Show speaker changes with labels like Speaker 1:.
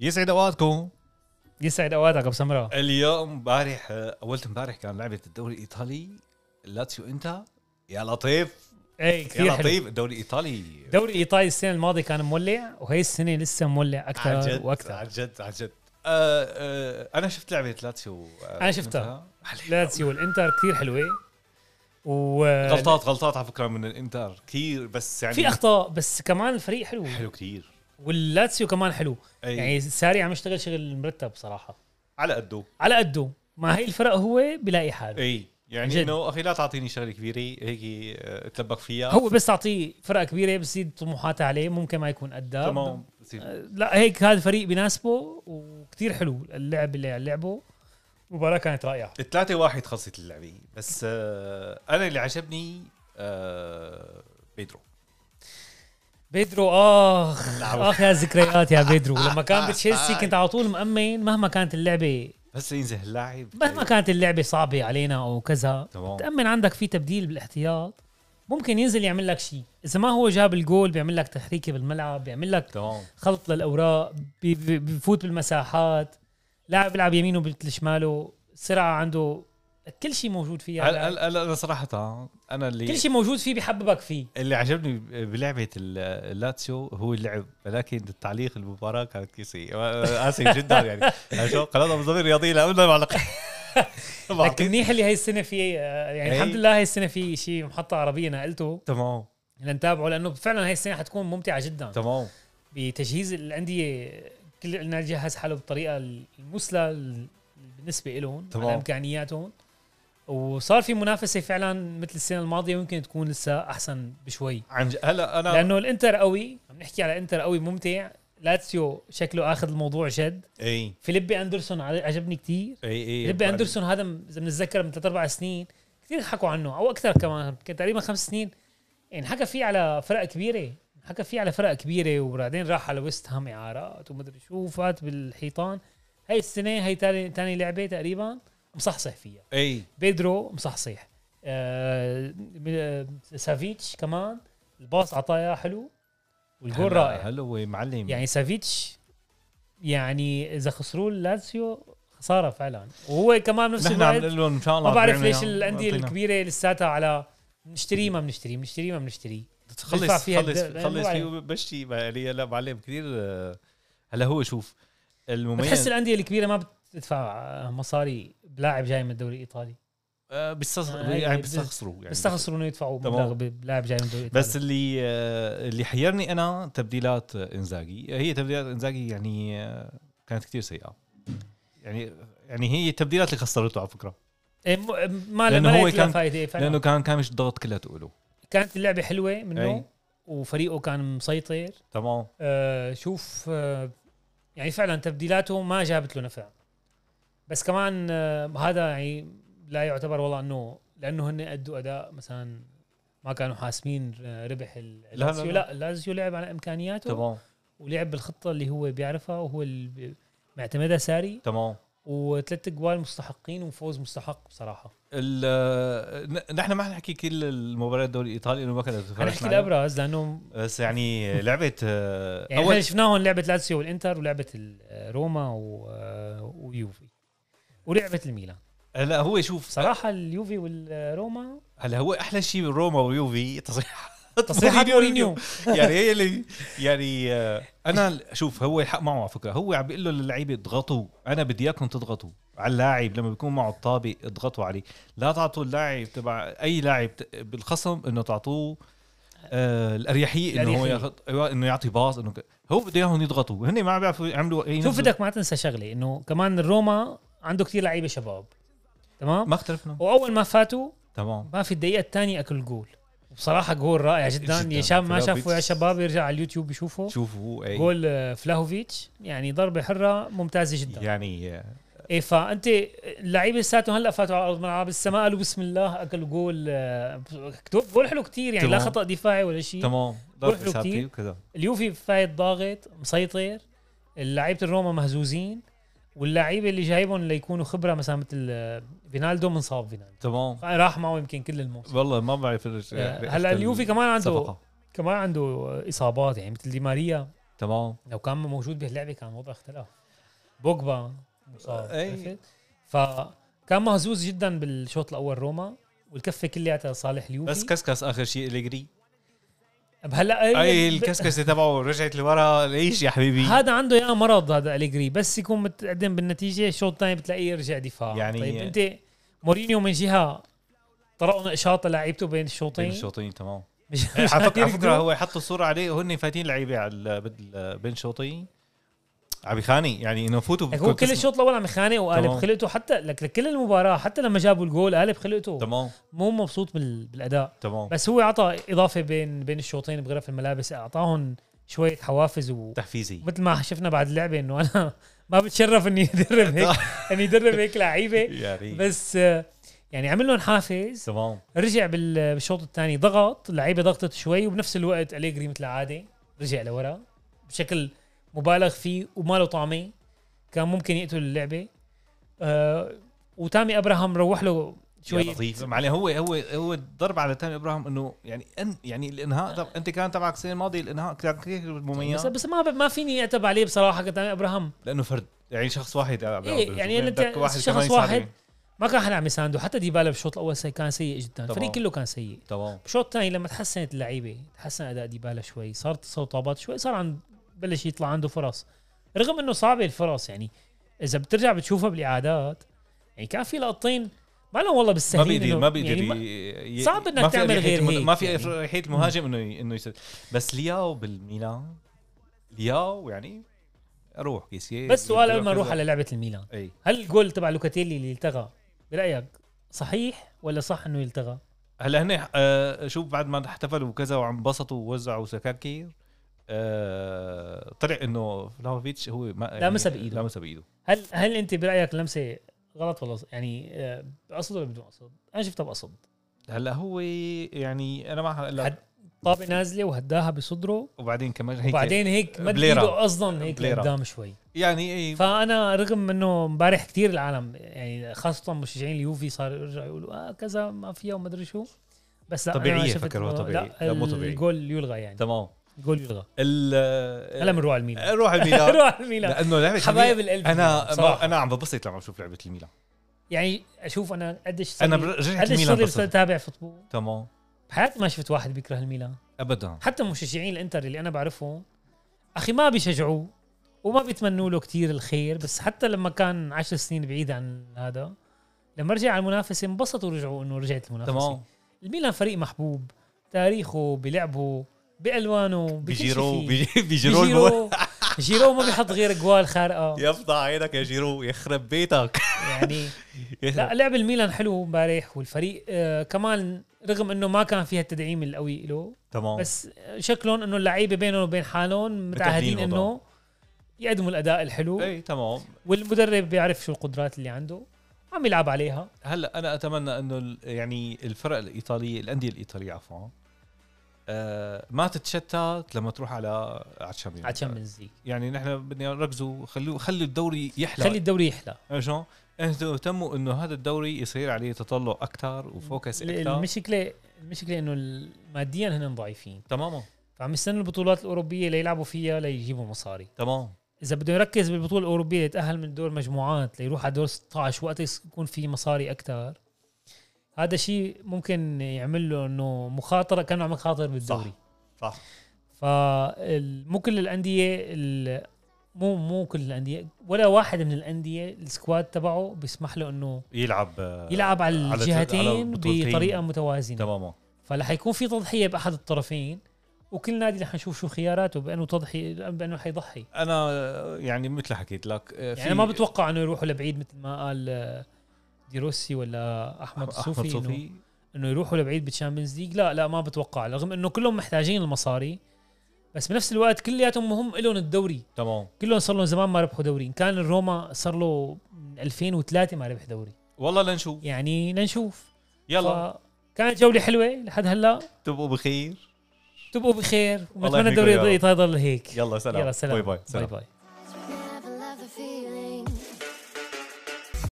Speaker 1: يسعد اوقاتكم
Speaker 2: يسعد اوقاتك ابو سمراء
Speaker 1: اليوم امبارح اول امبارح كان لعبه الدوري الايطالي لاتسيو انت يا لطيف
Speaker 2: اي
Speaker 1: يا
Speaker 2: إيه، كثير حلو
Speaker 1: لطيف الدوري الايطالي
Speaker 2: دوري ايطالي السنه الماضيه كان مولع وهي السنه لسه مولع
Speaker 1: عن
Speaker 2: اكثر
Speaker 1: جد، عن
Speaker 2: واكثر
Speaker 1: جد عن جد آه، آه، انا شفت لعبه لاتسيو آه،
Speaker 2: أنا شفتها.
Speaker 1: منتهى.
Speaker 2: لاتسيو والانتر كثير حلوه و
Speaker 1: غلطات غلطات على فكره من الانتر كثير بس يعني
Speaker 2: في اخطاء بس كمان الفريق حلو
Speaker 1: حلو كثير
Speaker 2: واللاتسيو كمان حلو
Speaker 1: أي.
Speaker 2: يعني ساري عم يشتغل شغل مرتب صراحه
Speaker 1: على قده
Speaker 2: على قده مع هي الفرق هو بلاقي حاله
Speaker 1: اي
Speaker 2: عن جد.
Speaker 1: يعني انه اخي لا تعطيني شغله كبيره هيك آه، اتلبك فيها
Speaker 2: هو بس تعطيه فرقه كبيره بصير طموحاتها عليه ممكن ما يكون قدها
Speaker 1: تمام بصير.
Speaker 2: لا هيك هذا الفريق بيناسبه وكتير حلو اللعب اللي لعبه مباراة كانت رائعة
Speaker 1: الثلاثة واحد خلصت اللعبة بس آه أنا اللي عجبني آه بيدرو
Speaker 2: بيدرو اخ
Speaker 1: نعم.
Speaker 2: اخ يا ذكريات يا بيدرو لما كان بتشيلسي كنت على طول مأمن مهما كانت اللعبة
Speaker 1: بس ينزل اللاعب
Speaker 2: مهما كانت اللعبة صعبة علينا او كذا
Speaker 1: أيوه. تمام.
Speaker 2: تأمن عندك في تبديل بالاحتياط ممكن ينزل يعمل لك شيء اذا ما هو جاب الجول بيعمل لك تحريكة بالملعب بيعمل لك
Speaker 1: تمام
Speaker 2: خلط للاوراق بي- بي- بيفوت بالمساحات لاعب بيلعب يمينه بيلعب شماله سرعه عنده كل شيء موجود فيها
Speaker 1: هلا هلا هلا انا صراحة أنا اللي
Speaker 2: يعني. كل شيء موجود فيه بيحببك فيه
Speaker 1: اللي عجبني بلعبة ال- اللاتسيو هو اللعب ولكن التعليق المباراة كانت كيسي آه، آسف جدا يعني أنا شو قناة أبو ظبي رياضية لا قلنا معلق
Speaker 2: لك منيح اللي هي السنه في يعني
Speaker 1: إي.
Speaker 2: الحمد لله هي السنه في شيء محطه عربيه نقلته
Speaker 1: تمام
Speaker 2: لنتابعه لانه فعلا هي السنه حتكون ممتعه جدا
Speaker 1: تمام
Speaker 2: بتجهيز الانديه كل النادي جهز حاله بالطريقه المثلى ال- بالنسبه لهم
Speaker 1: تمام.
Speaker 2: على امكانياتهم وصار في منافسه فعلا مثل السنه الماضيه ممكن تكون لسه احسن بشوي
Speaker 1: عن ج- هلا أنا
Speaker 2: لانه الانتر قوي عم نحكي على انتر قوي ممتع لاتسيو شكله اخذ الموضوع جد
Speaker 1: إي
Speaker 2: فيليبي اندرسون ع- عجبني كتير
Speaker 1: إي إي
Speaker 2: فيليبي اندرسون هذا م- اذا بنتذكر من ثلاث اربع سنين كثير حكوا عنه او اكثر كمان كان تقريبا خمس سنين انحكى فيه على فرق كبيره حكى فيه على فرق كبيره وبعدين راح على ويست هام اعارات ومدري شو فات بالحيطان هاي السنه هاي تاني, تاني لعبه تقريبا مصحصح فيها
Speaker 1: إي
Speaker 2: بيدرو مصحصح آه سافيتش كمان الباص عطاياه حلو والجول
Speaker 1: هلا-
Speaker 2: رائع
Speaker 1: هلا هو معلم
Speaker 2: يعني سافيتش يعني اذا خسروا لاتسيو خساره فعلا وهو كمان بنفس
Speaker 1: نحن عم
Speaker 2: الوقت
Speaker 1: نقول لهم ان شاء الله
Speaker 2: ما بعرف
Speaker 1: بيعملوا
Speaker 2: ليش
Speaker 1: يعني-
Speaker 2: الانديه
Speaker 1: أعطينا.
Speaker 2: الكبيره لساتها على بنشتريه ما بنشتريه بنشتريه ما بنشتريه
Speaker 1: تخلص
Speaker 2: بدفع فيها
Speaker 1: تخلص
Speaker 2: الدرب.
Speaker 1: تخلص
Speaker 2: يعني
Speaker 1: فيه
Speaker 2: مو
Speaker 1: بشي علي لا معلم كثير آه، هلا هو شوف المميز
Speaker 2: بتحس الانديه الكبيره ما بتدفع مصاري بلاعب جاي من الدوري الايطالي
Speaker 1: آه، بيستخس-
Speaker 2: آه،
Speaker 1: يعني
Speaker 2: بس-
Speaker 1: بيستخسروا يعني
Speaker 2: بيستخسروا انه يدفعوا
Speaker 1: تمام.
Speaker 2: مبلغ بلاعب جاي من الدوري الايطالي
Speaker 1: بس اللي آه، اللي حيرني انا تبديلات آه، انزاجي هي تبديلات انزاجي يعني آه، كانت كثير سيئه يعني يعني هي التبديلات اللي خسرته على فكره
Speaker 2: إيه، مو-
Speaker 1: لأنه
Speaker 2: ما لانه
Speaker 1: هو
Speaker 2: هو
Speaker 1: كان-
Speaker 2: كان فايده فعلا
Speaker 1: لانه كان كان مش الضغط كله تقوله
Speaker 2: كانت اللعبه حلوه
Speaker 1: أي.
Speaker 2: منه وفريقه كان مسيطر
Speaker 1: تمام
Speaker 2: آه، شوف آه، يعني فعلا تبديلاته ما جابت له نفع بس كمان آه، هذا يعني لا يعتبر والله انه لانه هن ادوا اداء مثلا ما كانوا حاسمين آه، ربح ال-
Speaker 1: لا، لا،
Speaker 2: لازيو
Speaker 1: لا.
Speaker 2: لا لازيو لعب على امكانياته
Speaker 1: تمام
Speaker 2: ولعب بالخطه اللي هو بيعرفها وهو اللي بي- معتمدها ساري
Speaker 1: تمام
Speaker 2: وثلاث اجوال مستحقين وفوز مستحق بصراحه
Speaker 1: ال- آه، ن- نحن ما حنحكي كل المباريات الدوري الايطالي لانه ما كنا
Speaker 2: رح نحكي الابرز لانه
Speaker 1: بس يعني لعبه آه،
Speaker 2: يعني احنا شفناهم لعبه لاتسيو والانتر ولعبه ال- روما و- آه، ويوفي ولعبه الميلان
Speaker 1: هلا هو شوف
Speaker 2: صراحه اليوفي والروما
Speaker 1: هلا هو احلى شيء بروما ويوفي تصريح
Speaker 2: تصريحات مورينيو
Speaker 1: يعني هي اللي يعني آه، انا شوف هو الحق معه على فكره هو عم بيقول له للعيبه اضغطوا انا بدي اياكم تضغطوا على اللاعب لما بيكون معه الطابق اضغطوا عليه لا تعطوا اللاعب تبع اي لاعب ت- بالخصم انه تعطوه آه الاريحيه انه هو
Speaker 2: الأريحية.
Speaker 1: ياخذ أيوة، انه يعطي باص انه ك- هو بده اياهم يضغطوا هن ما عم بيعرفوا يعملوا اي
Speaker 2: شوف
Speaker 1: نزل.
Speaker 2: بدك ما تنسى شغله انه كمان الروما عنده كثير لعيبه شباب تمام
Speaker 1: ما اختلفنا
Speaker 2: واول ما فاتوا
Speaker 1: تمام
Speaker 2: ما في الدقيقه الثانيه اكل جول بصراحه جول رائع جدا
Speaker 1: جداً.
Speaker 2: يا شاب ما
Speaker 1: فلاوفيتش.
Speaker 2: شافه يا شباب يرجع على اليوتيوب يشوفه
Speaker 1: شوفوا إيه، اي
Speaker 2: جول آه، فلاهوفيتش يعني ضربه حره ممتازه جدا
Speaker 1: يعني آه،
Speaker 2: ايه فانت اللعيبه لساتهم هلا فاتوا على ارض الملعب لسه ما قالوا بسم الله اكلوا جول آه، كتب جول حلو كتير يعني لا
Speaker 1: تمام.
Speaker 2: خطا دفاعي ولا شيء
Speaker 1: تمام
Speaker 2: روحوا
Speaker 1: ضرب
Speaker 2: كتير.
Speaker 1: وكذا
Speaker 2: اليوفي فايت ضاغط مسيطر لعيبه الروما مهزوزين واللعيبه اللي جايبهم ليكونوا خبره مثلا مثل آه، فينالدو منصاب فينالدو
Speaker 1: تمام
Speaker 2: راح معه يمكن كل الموسم
Speaker 1: والله ما بعرف إيش-
Speaker 2: آه،
Speaker 1: إيش
Speaker 2: هلا اليوفي كمان عنده
Speaker 1: الصفقة.
Speaker 2: كمان عنده اصابات يعني مثل دي ماريا
Speaker 1: تمام
Speaker 2: لو كان موجود بهاللعبه كان الوضع اختلف بوجبا مصاب
Speaker 1: أي.
Speaker 2: عرفت؟ فكان مهزوز جدا بالشوط الاول روما والكفه كلياتها صالح اليوفي
Speaker 1: بس كسكس اخر شيء الجري
Speaker 2: هلا أي-
Speaker 1: اي
Speaker 2: إيه، ب-
Speaker 1: الكسكسه تبعه رجعت لورا ليش يا حبيبي
Speaker 2: هذا عنده يا مرض هذا اليجري بس يكون متقدم بالنتيجه الشوط الثاني بتلاقيه رجع دفاع
Speaker 1: يعني-
Speaker 2: طيب انت مورينيو من جهه طرقوا نقشاطه لعيبته بين
Speaker 1: بين
Speaker 2: الشوطين
Speaker 1: الشوطين تمام
Speaker 2: مش
Speaker 1: على
Speaker 2: مش
Speaker 1: فكره
Speaker 2: عارفين
Speaker 1: على فكره
Speaker 2: يركضوا.
Speaker 1: هو حط الصوره عليه وهن فايتين لعيبه على ال- بال- بين الشوطين عم يخانق يعني انه فوتوا
Speaker 2: لك
Speaker 1: بكل
Speaker 2: هو كل
Speaker 1: قسم.
Speaker 2: الشوط الاول عم يخانق وقالب
Speaker 1: تمام.
Speaker 2: خلقته حتى لك لك كل المباراه حتى لما جابوا الجول قالب خلقته
Speaker 1: تمام
Speaker 2: مو مبسوط بال- بالاداء
Speaker 1: تمام
Speaker 2: بس هو اعطى اضافه بين بين الشوطين بغرف الملابس اعطاهم شويه حوافز و
Speaker 1: تحفيزي
Speaker 2: مثل ما شفنا بعد اللعبه انه انا ما بتشرف اني ادرب هيك اني ادرب هيك لعيبه
Speaker 1: يعني
Speaker 2: بس آه، يعني عمل لهم حافز
Speaker 1: تمام
Speaker 2: رجع بال- بالشوط الثاني ضغط اللعيبه ضغطت شوي وبنفس الوقت اليجري مثل العاده رجع لورا بشكل مبالغ فيه وما له طعمه كان ممكن يقتل اللعبه آه وتامي ابراهام روح له
Speaker 1: شوي
Speaker 2: شوي
Speaker 1: لطيف معني هو هو هو الضرب على تامي ابراهيم انه يعني أن يعني الانهاء طب انت كان تبعك السنه الماضيه الانهاء كان كثير
Speaker 2: بس,
Speaker 1: مميز
Speaker 2: بس ما ب- ما فيني اعتب عليه بصراحه كتامي ابراهام
Speaker 1: لانه فرد يعني شخص واحد عم
Speaker 2: إيه،
Speaker 1: بيعمل.
Speaker 2: يعني
Speaker 1: بدك
Speaker 2: أنت شخص
Speaker 1: كمان يساعد
Speaker 2: واحد.
Speaker 1: عليه.
Speaker 2: ما كان حدا عم يساندو حتى ديبالا بالشوط الاول سي- كان سيء جدا الفريق
Speaker 1: طبعاً.
Speaker 2: كله كان سيء
Speaker 1: تمام
Speaker 2: بالشوط الثاني لما تحسنت اللعيبه تحسن اداء ديبالا شوي صارت صار طابات شوي صار عند بلش يطلع عنده فرص رغم انه صعبه الفرص يعني اذا بترجع بتشوفها بالاعادات يعني كان في لقطين ما لهم والله
Speaker 1: ما
Speaker 2: بالسهل
Speaker 1: بيقدر
Speaker 2: إنه-
Speaker 1: ما بيقدر
Speaker 2: يعني ما-
Speaker 1: ي- ي-
Speaker 2: صعب إنك
Speaker 1: ما في
Speaker 2: تعمل
Speaker 1: ريحة
Speaker 2: غير
Speaker 1: المد-
Speaker 2: هيك
Speaker 1: ما في
Speaker 2: يعني.
Speaker 1: ريحه المهاجم انه ي- انه يسد بس لياو بالميلان لياو يعني روح كيسيه
Speaker 2: بس سؤال قبل ما نروح على لعبه الميلان
Speaker 1: اي
Speaker 2: هل الجول تبع لوكاتيلي اللي التغى برايك صحيح ولا صح انه يلتغى؟
Speaker 1: هلا هن آه شوف بعد ما احتفلوا وكذا وعم انبسطوا ووزعوا سكاكير آه طلع انه فلافيتش هو ما يعني
Speaker 2: لامسها بإيده.
Speaker 1: لامسها بايده
Speaker 2: هل هل انت برايك لمسه غلط ولا ص- يعني آه، بقصد ولا بدون قصد؟ انا شفتها بقصد
Speaker 1: هلا هو يعني انا ما هلا
Speaker 2: حد- طابه نازله وهداها بصدره
Speaker 1: وبعدين كمان هيك
Speaker 2: وبعدين هيك مد
Speaker 1: بليرة.
Speaker 2: ايده قصدا هيك
Speaker 1: بليرة.
Speaker 2: لقدام شوي
Speaker 1: يعني اي
Speaker 2: فانا رغم انه امبارح كثير العالم يعني خاصه مشجعين اليوفي صار يرجعوا يقولوا اه كذا ما فيها وما ادري شو بس لا أنا
Speaker 1: طبيعية
Speaker 2: شفت
Speaker 1: فكر هو
Speaker 2: إنه
Speaker 1: طبيعي.
Speaker 2: لا
Speaker 1: لا، مو طبيعي.
Speaker 2: الجول يلغى يعني
Speaker 1: تمام
Speaker 2: الجول يلغى
Speaker 1: ال آه،
Speaker 2: هلا بنروح على الميلان
Speaker 1: روح الميلان
Speaker 2: نروح على الميلان
Speaker 1: لانه لعبه
Speaker 2: حبايب
Speaker 1: الميلان-
Speaker 2: القلب
Speaker 1: انا
Speaker 2: صراحة.
Speaker 1: ما انا عم ببسط لما بشوف لعبه الميلان
Speaker 2: يعني اشوف انا قديش صار
Speaker 1: انا
Speaker 2: لي-
Speaker 1: بر- رجعت
Speaker 2: قديش
Speaker 1: الميلان
Speaker 2: صار لي
Speaker 1: ببسط
Speaker 2: اتابع فوتبول
Speaker 1: تمام
Speaker 2: بحياتي ما شفت واحد بيكره الميلان
Speaker 1: ابدا
Speaker 2: حتى مشجعين الانتر اللي انا بعرفهم اخي ما بيشجعوه وما بيتمنوا له كتير الخير بس حتى لما كان عشر سنين بعيد عن هذا لما رجع على المنافسه انبسطوا رجعوا انه رجعت المنافسه
Speaker 1: تمام
Speaker 2: الميلان فريق محبوب تاريخه بلعبه بالوانه بكل شي
Speaker 1: بجيرو
Speaker 2: فيه.
Speaker 1: بيجي- بجيرو المو-
Speaker 2: بجيرو جيرو ما بيحط غير جوال خارقه
Speaker 1: يفضح عينك يا جيرو يخرب بيتك
Speaker 2: يعني لا لعب الميلان حلو امبارح والفريق آه كمان رغم انه ما كان فيها التدعيم القوي له
Speaker 1: تمام
Speaker 2: بس شكلهم انه اللعيبه بينهم وبين حالهم متعهدين
Speaker 1: الموضوع.
Speaker 2: انه يقدموا الاداء الحلو
Speaker 1: اي إيه، تمام
Speaker 2: والمدرب بيعرف شو القدرات اللي عنده عم يلعب عليها
Speaker 1: هلا انا اتمنى انه ال- يعني الفرق الايطاليه الانديه الايطاليه عفوا آه ما تتشتت لما تروح على على الشامبيونز
Speaker 2: على تشامبيونز ليج
Speaker 1: يعني نحن بدنا نركزوا خلوا خلوا الدوري يحلى
Speaker 2: خلي الدوري يحلى
Speaker 1: شلون؟ انتوا اهتموا انه هذا الدوري يصير عليه تطلع اكثر وفوكس اكثر
Speaker 2: المشكله المشكله انه ال- ماديا هن ضعيفين
Speaker 1: تماما
Speaker 2: فعم يستنوا البطولات الاوروبيه ليلعبوا فيها ليجيبوا مصاري
Speaker 1: تمام
Speaker 2: اذا بده يركز بالبطوله الاوروبيه ليتاهل من دور مجموعات ليروح على دور 16 وقت يكون في مصاري اكثر هذا شيء ممكن يعمل له انه مخاطره كانه عم يخاطر بالدوري
Speaker 1: صح
Speaker 2: فمو كل الانديه ال- مو مو كل الانديه ولا واحد من الانديه السكواد تبعه بيسمح له انه
Speaker 1: يلعب آه،
Speaker 2: يلعب على
Speaker 1: على- على
Speaker 2: الجهتين
Speaker 1: بطولتين.
Speaker 2: بطريقه متوازنه
Speaker 1: تماما
Speaker 2: فلح يكون في تضحيه باحد الطرفين وكل نادي رح نشوف شو خياراته بانه تضحي بانه حيضحي
Speaker 1: انا آه، يعني مثل حكيت لك آه،
Speaker 2: يعني ما بتوقع انه يروحوا لبعيد مثل ما قال آه، دي روسي ولا احمد,
Speaker 1: احمد
Speaker 2: صوفي, إنه-
Speaker 1: صوفي
Speaker 2: انه يروحوا لبعيد بالشامبيونز ليج لا لا ما بتوقع رغم انه كلهم محتاجين المصاري بس بنفس الوقت كلياتهم مهم لهم الدوري
Speaker 1: تمام
Speaker 2: كلهم صار لهم زمان ما ربحوا دوري ان كان الروما صار له من 2003 ما ربح دوري
Speaker 1: والله لنشوف
Speaker 2: يعني لنشوف
Speaker 1: يلا
Speaker 2: ف- كانت جوله حلوه لحد هلا
Speaker 1: تبقوا بخير
Speaker 2: تبقوا بخير
Speaker 1: الله
Speaker 2: ونتمنى
Speaker 1: يحميكم يا
Speaker 2: الدوري
Speaker 1: رب.
Speaker 2: يضل هيك
Speaker 1: يلا سلام
Speaker 2: يلا سلام
Speaker 1: باي باي سلام.
Speaker 2: باي, باي.